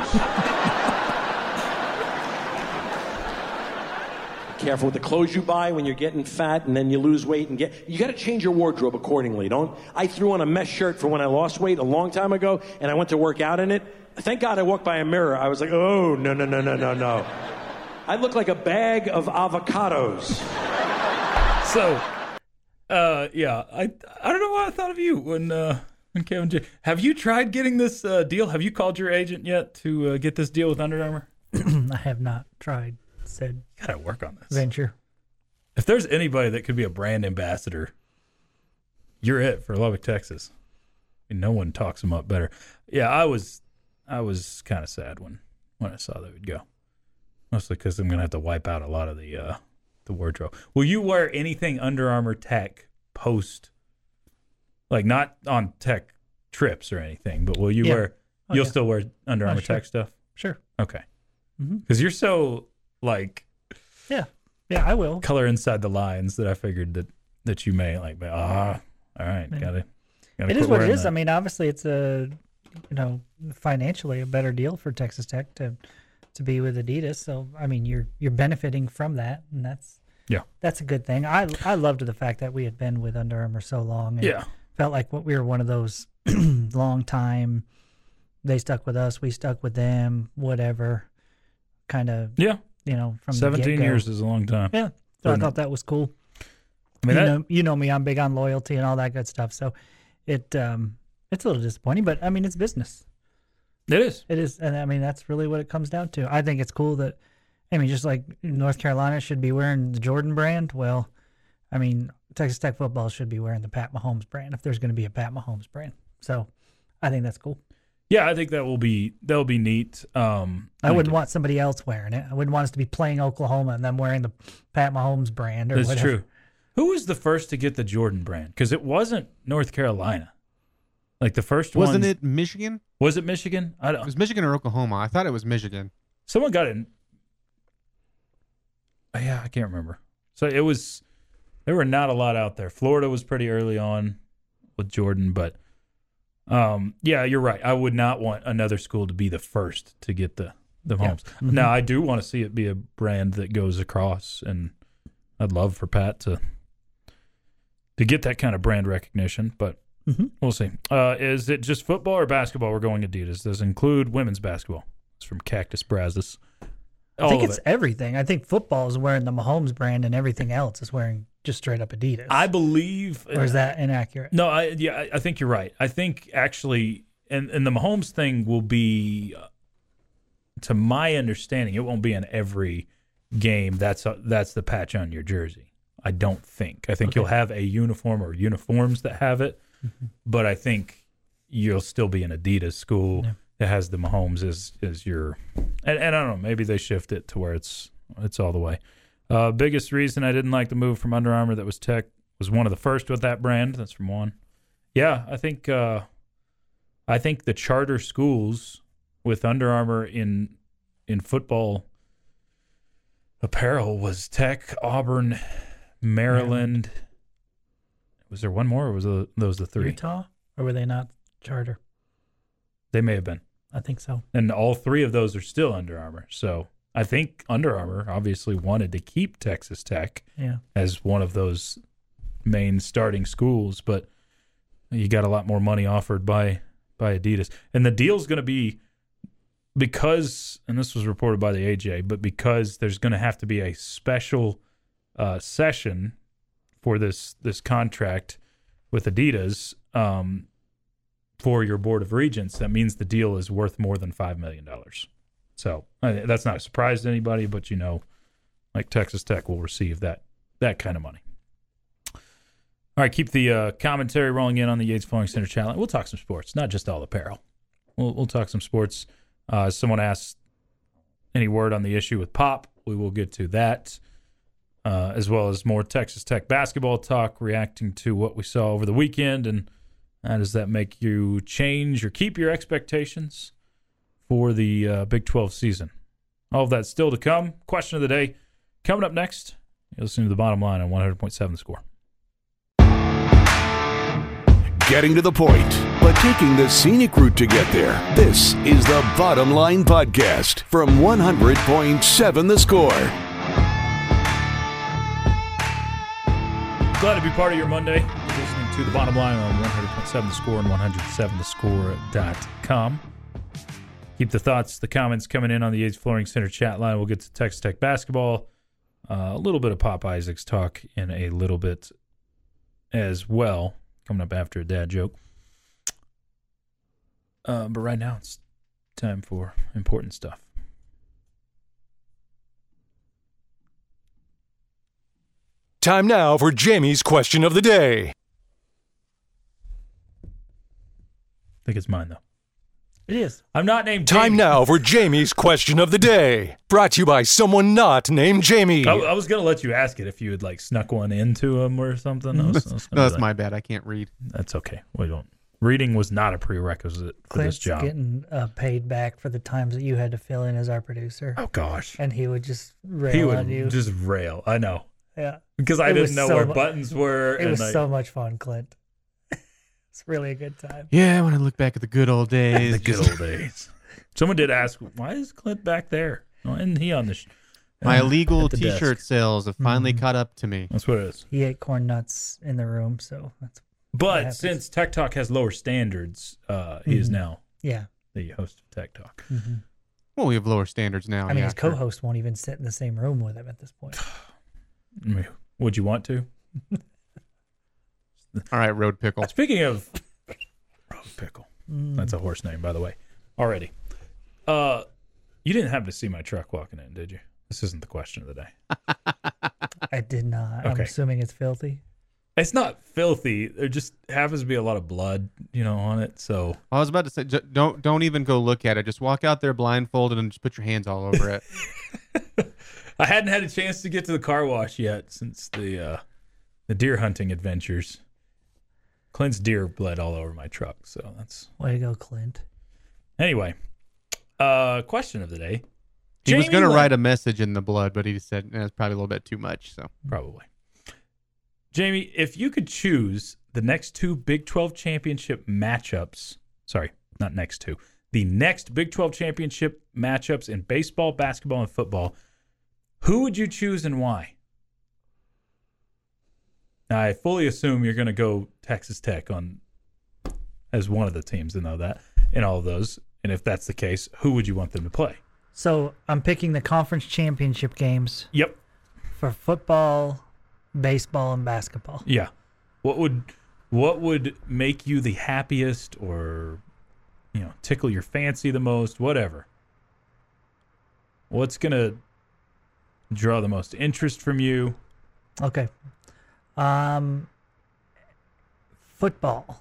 S9: Careful with the clothes you buy when you're getting fat and then you lose weight and get you got to change your wardrobe accordingly. Don't I threw on a mesh shirt for when I lost weight a long time ago and I went to work out in it. Thank God I walked by a mirror. I was like, "Oh, no no no no no no." I look like a bag of avocados.
S3: So, uh, yeah, I I don't know why I thought of you when uh, when Kevin. J- have you tried getting this uh, deal? Have you called your agent yet to uh, get this deal with Under Armour?
S7: I have not tried said
S3: You gotta work on this.
S7: venture.
S3: If there's anybody that could be a brand ambassador, you're it for Lubbock, Texas. And no one talks them up better. Yeah, I was I was kind of sad when when I saw that would go. mostly because I'm gonna have to wipe out a lot of the uh, the wardrobe. Will you wear anything Under Armour Tech post, like not on Tech trips or anything, but will you
S7: Yeah.
S3: wear?
S7: Oh,
S3: you'll
S7: yeah.
S3: still wear Under
S7: Oh,
S3: Armour
S7: sure.
S3: Tech stuff.
S7: Sure.
S3: Okay,
S7: Mhm.
S3: because you're so like
S7: Yeah. Yeah, I will.
S3: color inside the lines that I figured that that you may like. But, ah, all right,
S7: Yeah.
S3: got it. Gotta
S7: It is
S3: quit
S7: what it
S3: wearing
S7: is.
S3: that.
S7: I mean, obviously, it's a you know financially a better deal for Texas Tech to to be with Adidas. So I mean, you're you're benefiting from that, and that's
S3: Yeah.
S7: that's a good thing. I I loved the fact that we had been with Under Armour so long. And
S3: Yeah.
S7: felt like what we were one of those long time. They stuck with us. We stuck with them. Whatever, kind of
S3: yeah,
S7: you know from the
S3: seventeen
S7: get-go.
S3: years is a long time.
S7: Yeah, so I thought that was cool
S3: I mean,
S7: you
S3: that,
S7: know, you know me, I'm big on loyalty and all that good stuff. So it um it's a little disappointing, but I mean it's business.
S3: it is.
S7: It is and I mean that's really what it comes down to. I think it's cool that I mean just like North Carolina should be wearing the Jordan brand, well, I mean Texas Tech football should be wearing the Pat Mahomes brand if there's going to be a Pat Mahomes brand. So I think that's cool.
S3: Yeah, I think that will be that'll be neat. Um,
S7: I
S3: think
S7: wouldn't want somebody else wearing it. I wouldn't want us to be playing Oklahoma and them wearing the Pat Mahomes brand or
S3: That's
S7: whatever.
S3: true. Who was the first to get the Jordan brand? Because it wasn't North Carolina. Like the first
S5: Wasn't
S3: one,
S5: it Michigan?
S3: Was it Michigan? I
S5: It
S3: don't.
S5: was Michigan or Oklahoma. I thought it was Michigan.
S3: Someone got it. in- Oh, Yeah, I can't remember. So it was. There were not a lot out there. Florida was pretty early on with Jordan, but um, yeah, you're right. I would not want another school to be the first to get the the homes.
S7: Mm-hmm.
S3: Now I do want to see it be a brand that goes across, and I'd love for Pat to to get that kind of brand recognition, but.
S7: Mm-hmm.
S3: We'll see. Uh, is it just football or basketball? We're going Adidas. Does it include women's basketball? It's from Cactus Brazos.
S7: I think
S3: All of
S7: it's
S3: it.
S7: everything. I think football is wearing the Mahomes brand, and everything else is wearing just straight up Adidas.
S3: I believe.
S7: or is that inaccurate?
S3: No, I yeah, I, I think you're right. I think actually, and and the Mahomes thing will be, uh, to my understanding, it won't be in every game. That's a, that's the patch on your jersey. I don't think. I think you'll have a uniform or uniforms that have it,
S7: Mm-hmm.
S3: but I think you'll still be an Adidas school that has the Mahomes as as your, and, and I don't know. Maybe they shift it to where it's it's all the way. Uh, biggest reason I didn't like the move from Under Armour that was Tech was one of the first with that brand. That's from one. Yeah, I think uh, I think the charter schools with Under Armour in in football apparel was Tech, Auburn, Maryland. Was there one more? Or was tho- those the three?
S7: Utah, or were they not charter?
S3: They may have been.
S7: I think so.
S3: And all three of those are still Under Armour. So I think Under Armour obviously wanted to keep Texas Tech
S7: Yeah,
S3: as one of those main starting schools, but you got a lot more money offered by by Adidas. And the deal's going to be because and this was reported by the AJ, but because there's going to have to be a special uh, session for this this contract with Adidas um, for your board of regents, that means the deal is worth more than five million dollars. So uh, that's not a surprise to anybody, but you know, like Texas Tech will receive that that kind of money. All right, keep the uh, commentary rolling in on the Yates Flooring Center challenge. We'll talk some sports, not just all apparel. We'll we'll talk some sports. Uh, someone asked any word on the issue with Pop. We will get to that, uh, as well as more Texas Tech basketball talk, reacting to what we saw over the weekend, and how does that make you change or keep your expectations for the uh, Big Twelve season? All of that's still to come. Question of the day coming up next. You're listening to the bottom line on 100.7 The Score.
S2: Getting to the point, but taking the scenic route to get there. This is the Bottom Line Podcast from 100.7 The Score.
S3: Glad to be part of your Monday. You're listening to the bottom line on 100.7 The Score and 107thescore.com. Keep the thoughts, the comments coming in on the Yates Flooring Center chat line. We'll get to Texas Tech basketball, uh, a little bit of Pop Isaac's talk in a little bit as well, coming up after a dad joke. Uh, but right now, it's time for important stuff.
S9: Time now for Jamie's question of the day.
S3: I think it's mine, though.
S7: It is.
S3: I'm not named
S9: Time
S3: Jamie.
S9: now for Jamie's question of the day, brought to you by someone not named Jamie.
S3: I, I was gonna let you ask it if you had like snuck one into him or something. I was- I was gonna do
S5: No, that's
S3: that.
S5: my bad. I can't read.
S3: That's okay. We don't. Reading was not a prerequisite for
S7: Clint's
S3: this job.
S7: getting uh, paid back for the times that you had to fill in as our producer,
S3: oh gosh,
S7: and he would just rail
S3: he
S7: on you.
S3: would just rail. I know
S7: yeah,
S3: because I
S7: It was
S3: didn't know
S7: so
S3: where
S7: mu-
S3: buttons were.
S7: it
S3: and
S7: was
S3: I-
S7: so much fun, Clint. it's really a good time.
S5: Yeah, when I look back at the good old days,
S3: the good old days. Someone did ask, why is Clint back there? Why isn't he on the? Sh-? uh,
S5: my illegal
S3: At the desk. Mm-hmm.
S5: T-shirt sales have finally caught up to me.
S3: That's what it is.
S7: He ate corn nuts in the room, so that's
S3: But
S7: happens. Mm-hmm.
S3: since Tech Talk has lower standards, uh, he is now
S7: yeah.
S3: the host of Tech Talk.
S7: Mm-hmm.
S5: Well, we have lower standards now.
S7: I mean,
S5: Oh, yeah,
S7: his
S5: for-
S7: co-host won't even sit in the same room with him at this point.
S3: I mean, Would you want to?
S5: All right, road pickle.
S3: Speaking of Rob Pickle, that's a horse name, by the way. Already, uh, you didn't happen to see my truck walking in, did you? This isn't the question of the day.
S7: I did not. I'm
S3: Okay.
S7: assuming it's filthy.
S3: It's not filthy. There just happens to be a lot of blood, you know, on it. So
S5: I was about to say, j- don't don't even go look at it. Just walk out there blindfolded and just put your hands all over it.
S3: I hadn't had a chance to get to the car wash yet since the uh, the deer hunting adventures. Clint's deer bled all over my truck, so that's
S7: Way to go, Clint.
S3: anyway. Uh, question of the day.
S5: He was
S3: Jamie
S5: going to
S3: Lynn-
S5: write a message in the blood, but he said that's probably a little bit too much. So
S3: Probably. Jamie, if you could choose the next two Big 12 championship matchups, sorry, not next two, the next Big 12 championship matchups in baseball, basketball, and football, who would you choose and why? Now, I fully assume you're going to go Texas Tech on as one of the teams to know that in all of those. And if that's the case, who would you want them to play?
S7: So I'm picking the conference championship games
S3: Yep.
S7: for football, baseball, and basketball.
S3: Yeah. What would what would make you the happiest or you know, tickle your fancy the most, whatever? What's going to draw the most interest from you?
S7: Okay. Um, football.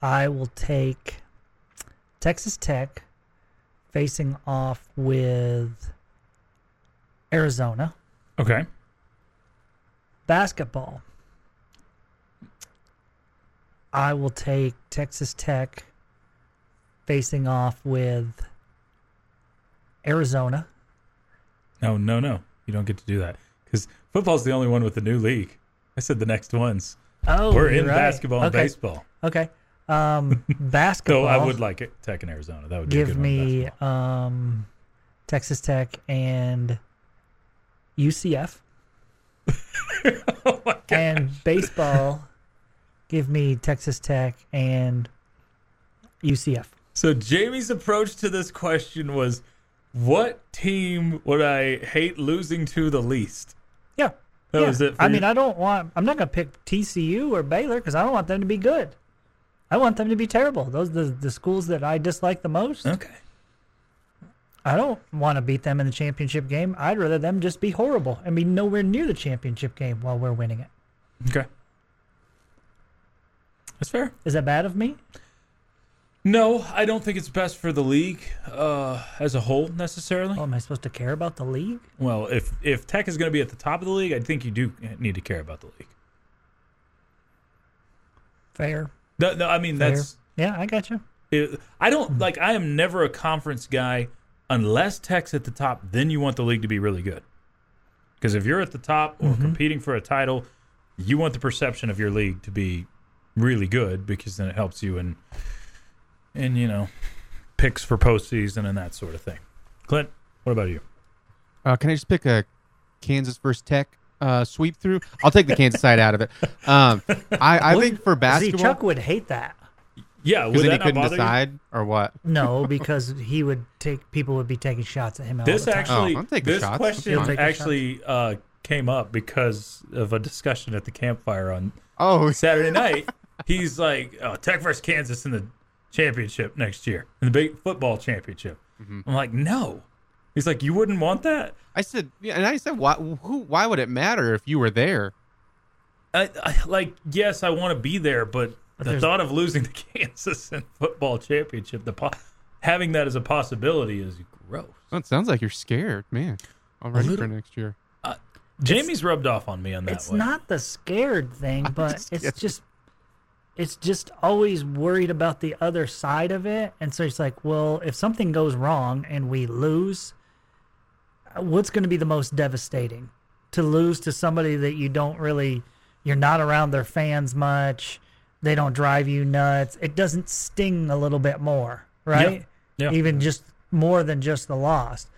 S7: I will take Texas Tech facing off with Arizona.
S3: Okay.
S7: Basketball. I will take Texas Tech facing off with Arizona.
S3: No, no, no. You don't get to do that cuz football's the only one with the new league. I said the next ones.
S7: Oh,
S3: We're
S7: you're
S3: in
S7: right.
S3: basketball and
S7: Okay.
S3: baseball.
S7: Okay. Um,
S3: So
S7: basketball.
S3: I would like it Tech in Arizona. That would be a
S7: give
S3: good one in
S7: me
S3: basketball.
S7: um, Texas Tech and UCF.
S3: Oh
S7: And baseball. Give me Texas Tech and UCF.
S3: So Jamie's approach to this question was, "What team would I hate losing to the least?"
S7: Yeah.
S3: That
S7: yeah.
S3: was it for
S7: I
S3: you?
S7: mean, I don't want. I'm not gonna pick TCU or Baylor because I don't want them to be good. I want them to be terrible. Those the the schools that I dislike the most.
S3: Okay.
S7: I don't want to beat them in the championship game. I'd rather them just be horrible and be nowhere near the championship game while we're winning it.
S3: Okay. That's fair.
S7: Is that bad of me?
S3: No, I don't think it's best for the league uh, as a whole necessarily.
S7: Oh, am I supposed to care about the league?
S3: Well, if if Tech is going to be at the top of the league, I think you do need to care about the league.
S7: Fair.
S3: No, no I mean
S7: fair.
S3: that's.
S7: yeah, I got you.
S3: It, I don't like. I am never a conference guy unless Tech's at the top. Then you want the league to be really good, because if you're at the top or competing for a title, you want the perception of your league to be really good, because then it helps you in, in you know, picks for postseason and that sort of thing. Clint, what about you?
S5: uh, can I just pick a Kansas versus Tech uh, sweep through? I'll take the Kansas side out of it. Um, I, I think for
S7: See, Chuck
S5: basketball,
S7: would hate that.
S3: Yeah, would
S5: because then he
S3: that not
S5: couldn't
S3: bother you?
S5: decide or what.
S7: No, because he would take people would be taking shots at him. All
S3: This
S7: the time.
S3: actually,
S5: Oh, I'm taking
S3: this
S5: shots.
S3: question
S7: You'll take your
S3: actually uh, came up because of a discussion at the campfire on
S5: Oh,
S3: Saturday night, he's like, oh, Tech versus Kansas in the championship next year, in the big football championship. I'm like, no. He's like, you wouldn't want that?
S5: I said, yeah, and I said, why? Who? Why would it matter if you were there?
S3: I, I, like, yes, I want to be there, but the thought of losing to Kansas in football championship, the po- having that as a possibility is gross.
S5: Well, it sounds like you're scared, man. Already
S3: little.
S5: for next year.
S3: Jamie's rubbed off on me on that
S7: it's
S3: one.
S7: not the scared thing, but
S5: just
S7: it's
S5: kidding.
S7: just it's just always worried about the other side of it. And so it's like, well, if something goes wrong and we lose, uh, what's going to be the most devastating? To lose to somebody that you don't really you're not around their fans much. They don't drive you nuts. It doesn't sting a little bit more, right?
S3: Yeah.
S7: Even just more than just the loss.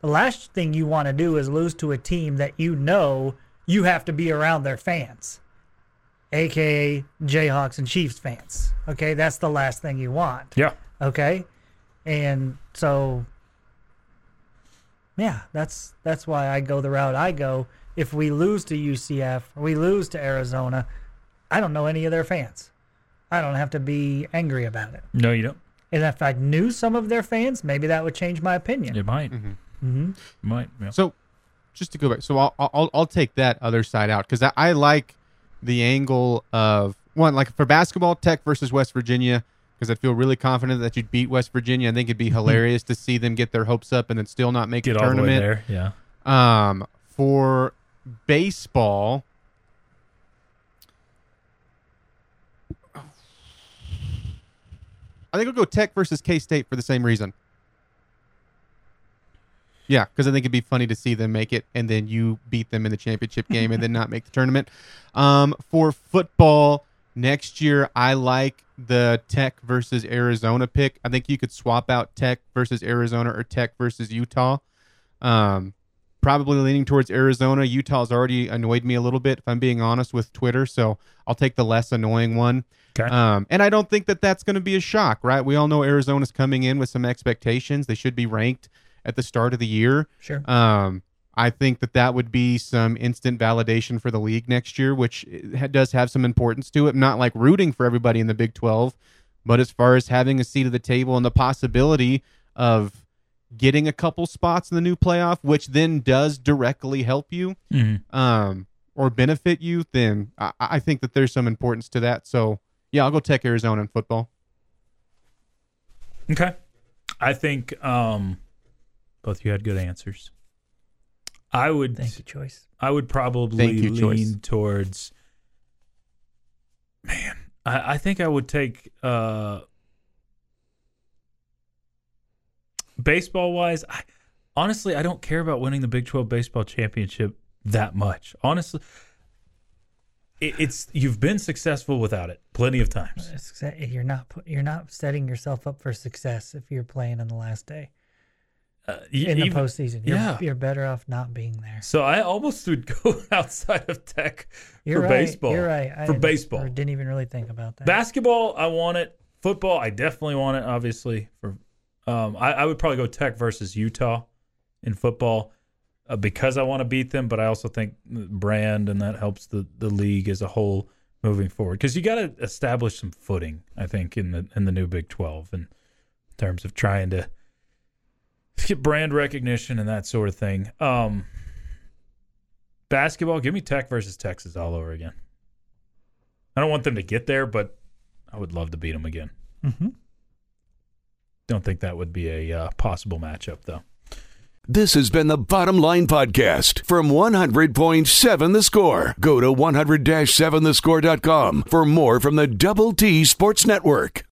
S7: The last thing you want to do is lose to a team that you know you have to be around their fans, aka Jayhawks and Chiefs fans. Okay, that's the last thing you want.
S3: yeah.
S7: Okay, and so yeah, that's that's why I go the route I go. If we lose to UCF, or we lose to Arizona, I don't know any of their fans. I don't have to be angry about it.
S3: No, you don't.
S7: And if I knew some of their fans, maybe that would change my opinion.
S3: It might. Mm-hmm. It might. Yeah.
S5: So, just to go back, so I'll I'll, I'll take that other side out because I, I like the angle of one like for basketball Tech versus West Virginia because I feel really confident that you'd beat West Virginia. I think it'd be hilarious to see them get their hopes up and then still not make
S3: Get
S5: the
S3: all the way
S5: tournament.
S3: there. Yeah.
S5: Um, for baseball, I think I'll go Tech versus K State for the same reason. Yeah, because I think it'd be funny to see them make it, and then you beat them in the championship game, and then not make the tournament. Um, for football next year, I like the Tech versus Arizona pick. I think you could swap out Tech versus Arizona or Tech versus Utah. Um, probably leaning towards Arizona. Utah's already annoyed me a little bit, if I'm being honest with Twitter. So I'll take the less annoying one.
S3: Okay.
S5: Um, and I don't think that that's going to be a shock, right? We all know Arizona's coming in with some expectations. They should be ranked at the start of the year.
S7: Sure.
S5: Um, I think that that would be some instant validation for the league next year, which eh, ha- does have some importance to it. Not like rooting for everybody in the Big 12, but as far as having a seat at the table and the possibility of getting a couple spots in the new playoff, which then does directly help you
S3: Mhm.
S5: um, or benefit you, then I, I think that there's some importance to that. So, yeah, I'll go Tech Arizona in football.
S3: Okay. I think um, both of you had good answers. I would.
S7: Thank you, choice.
S3: I would probably
S5: Thank you,
S3: lean
S5: Joyce.
S3: towards. Man, I, I think I would take uh, baseball wise. I, honestly, I don't care about winning the Big Twelve baseball championship that much. Honestly, it, it's you've been successful without it plenty of times.
S7: Success- You're not pu- you're not setting yourself up for success if you're playing on the last day
S3: Uh, y-
S7: in the
S3: even-
S7: postseason. You're,
S3: yeah.
S7: you're better off not being there.
S3: So I almost would go outside of tech
S7: You're
S3: for
S7: right.
S3: baseball.
S7: You're right. I
S3: for
S7: didn't-
S3: baseball.
S7: or didn't even really think about that.
S3: Basketball, I want it. Football, I definitely want it. Obviously, for um, I, I would probably go Tech versus Utah in football uh, because I want to beat them, but I also think brand and that helps the the league as a whole moving forward because you got to establish some footing. I think in the in the new Big Twelve in terms of trying to get brand recognition and that sort of thing. Um, basketball, give me Tech versus Texas all over again. I don't want them to get there, but I would love to beat them again.
S7: Mhm.
S3: Don't think that would be a uh, possible matchup, though.
S2: This has been the Bottom Line Podcast from 100.7 The Score. Go to 100-7thescore.com for more from the Double T Sports Network.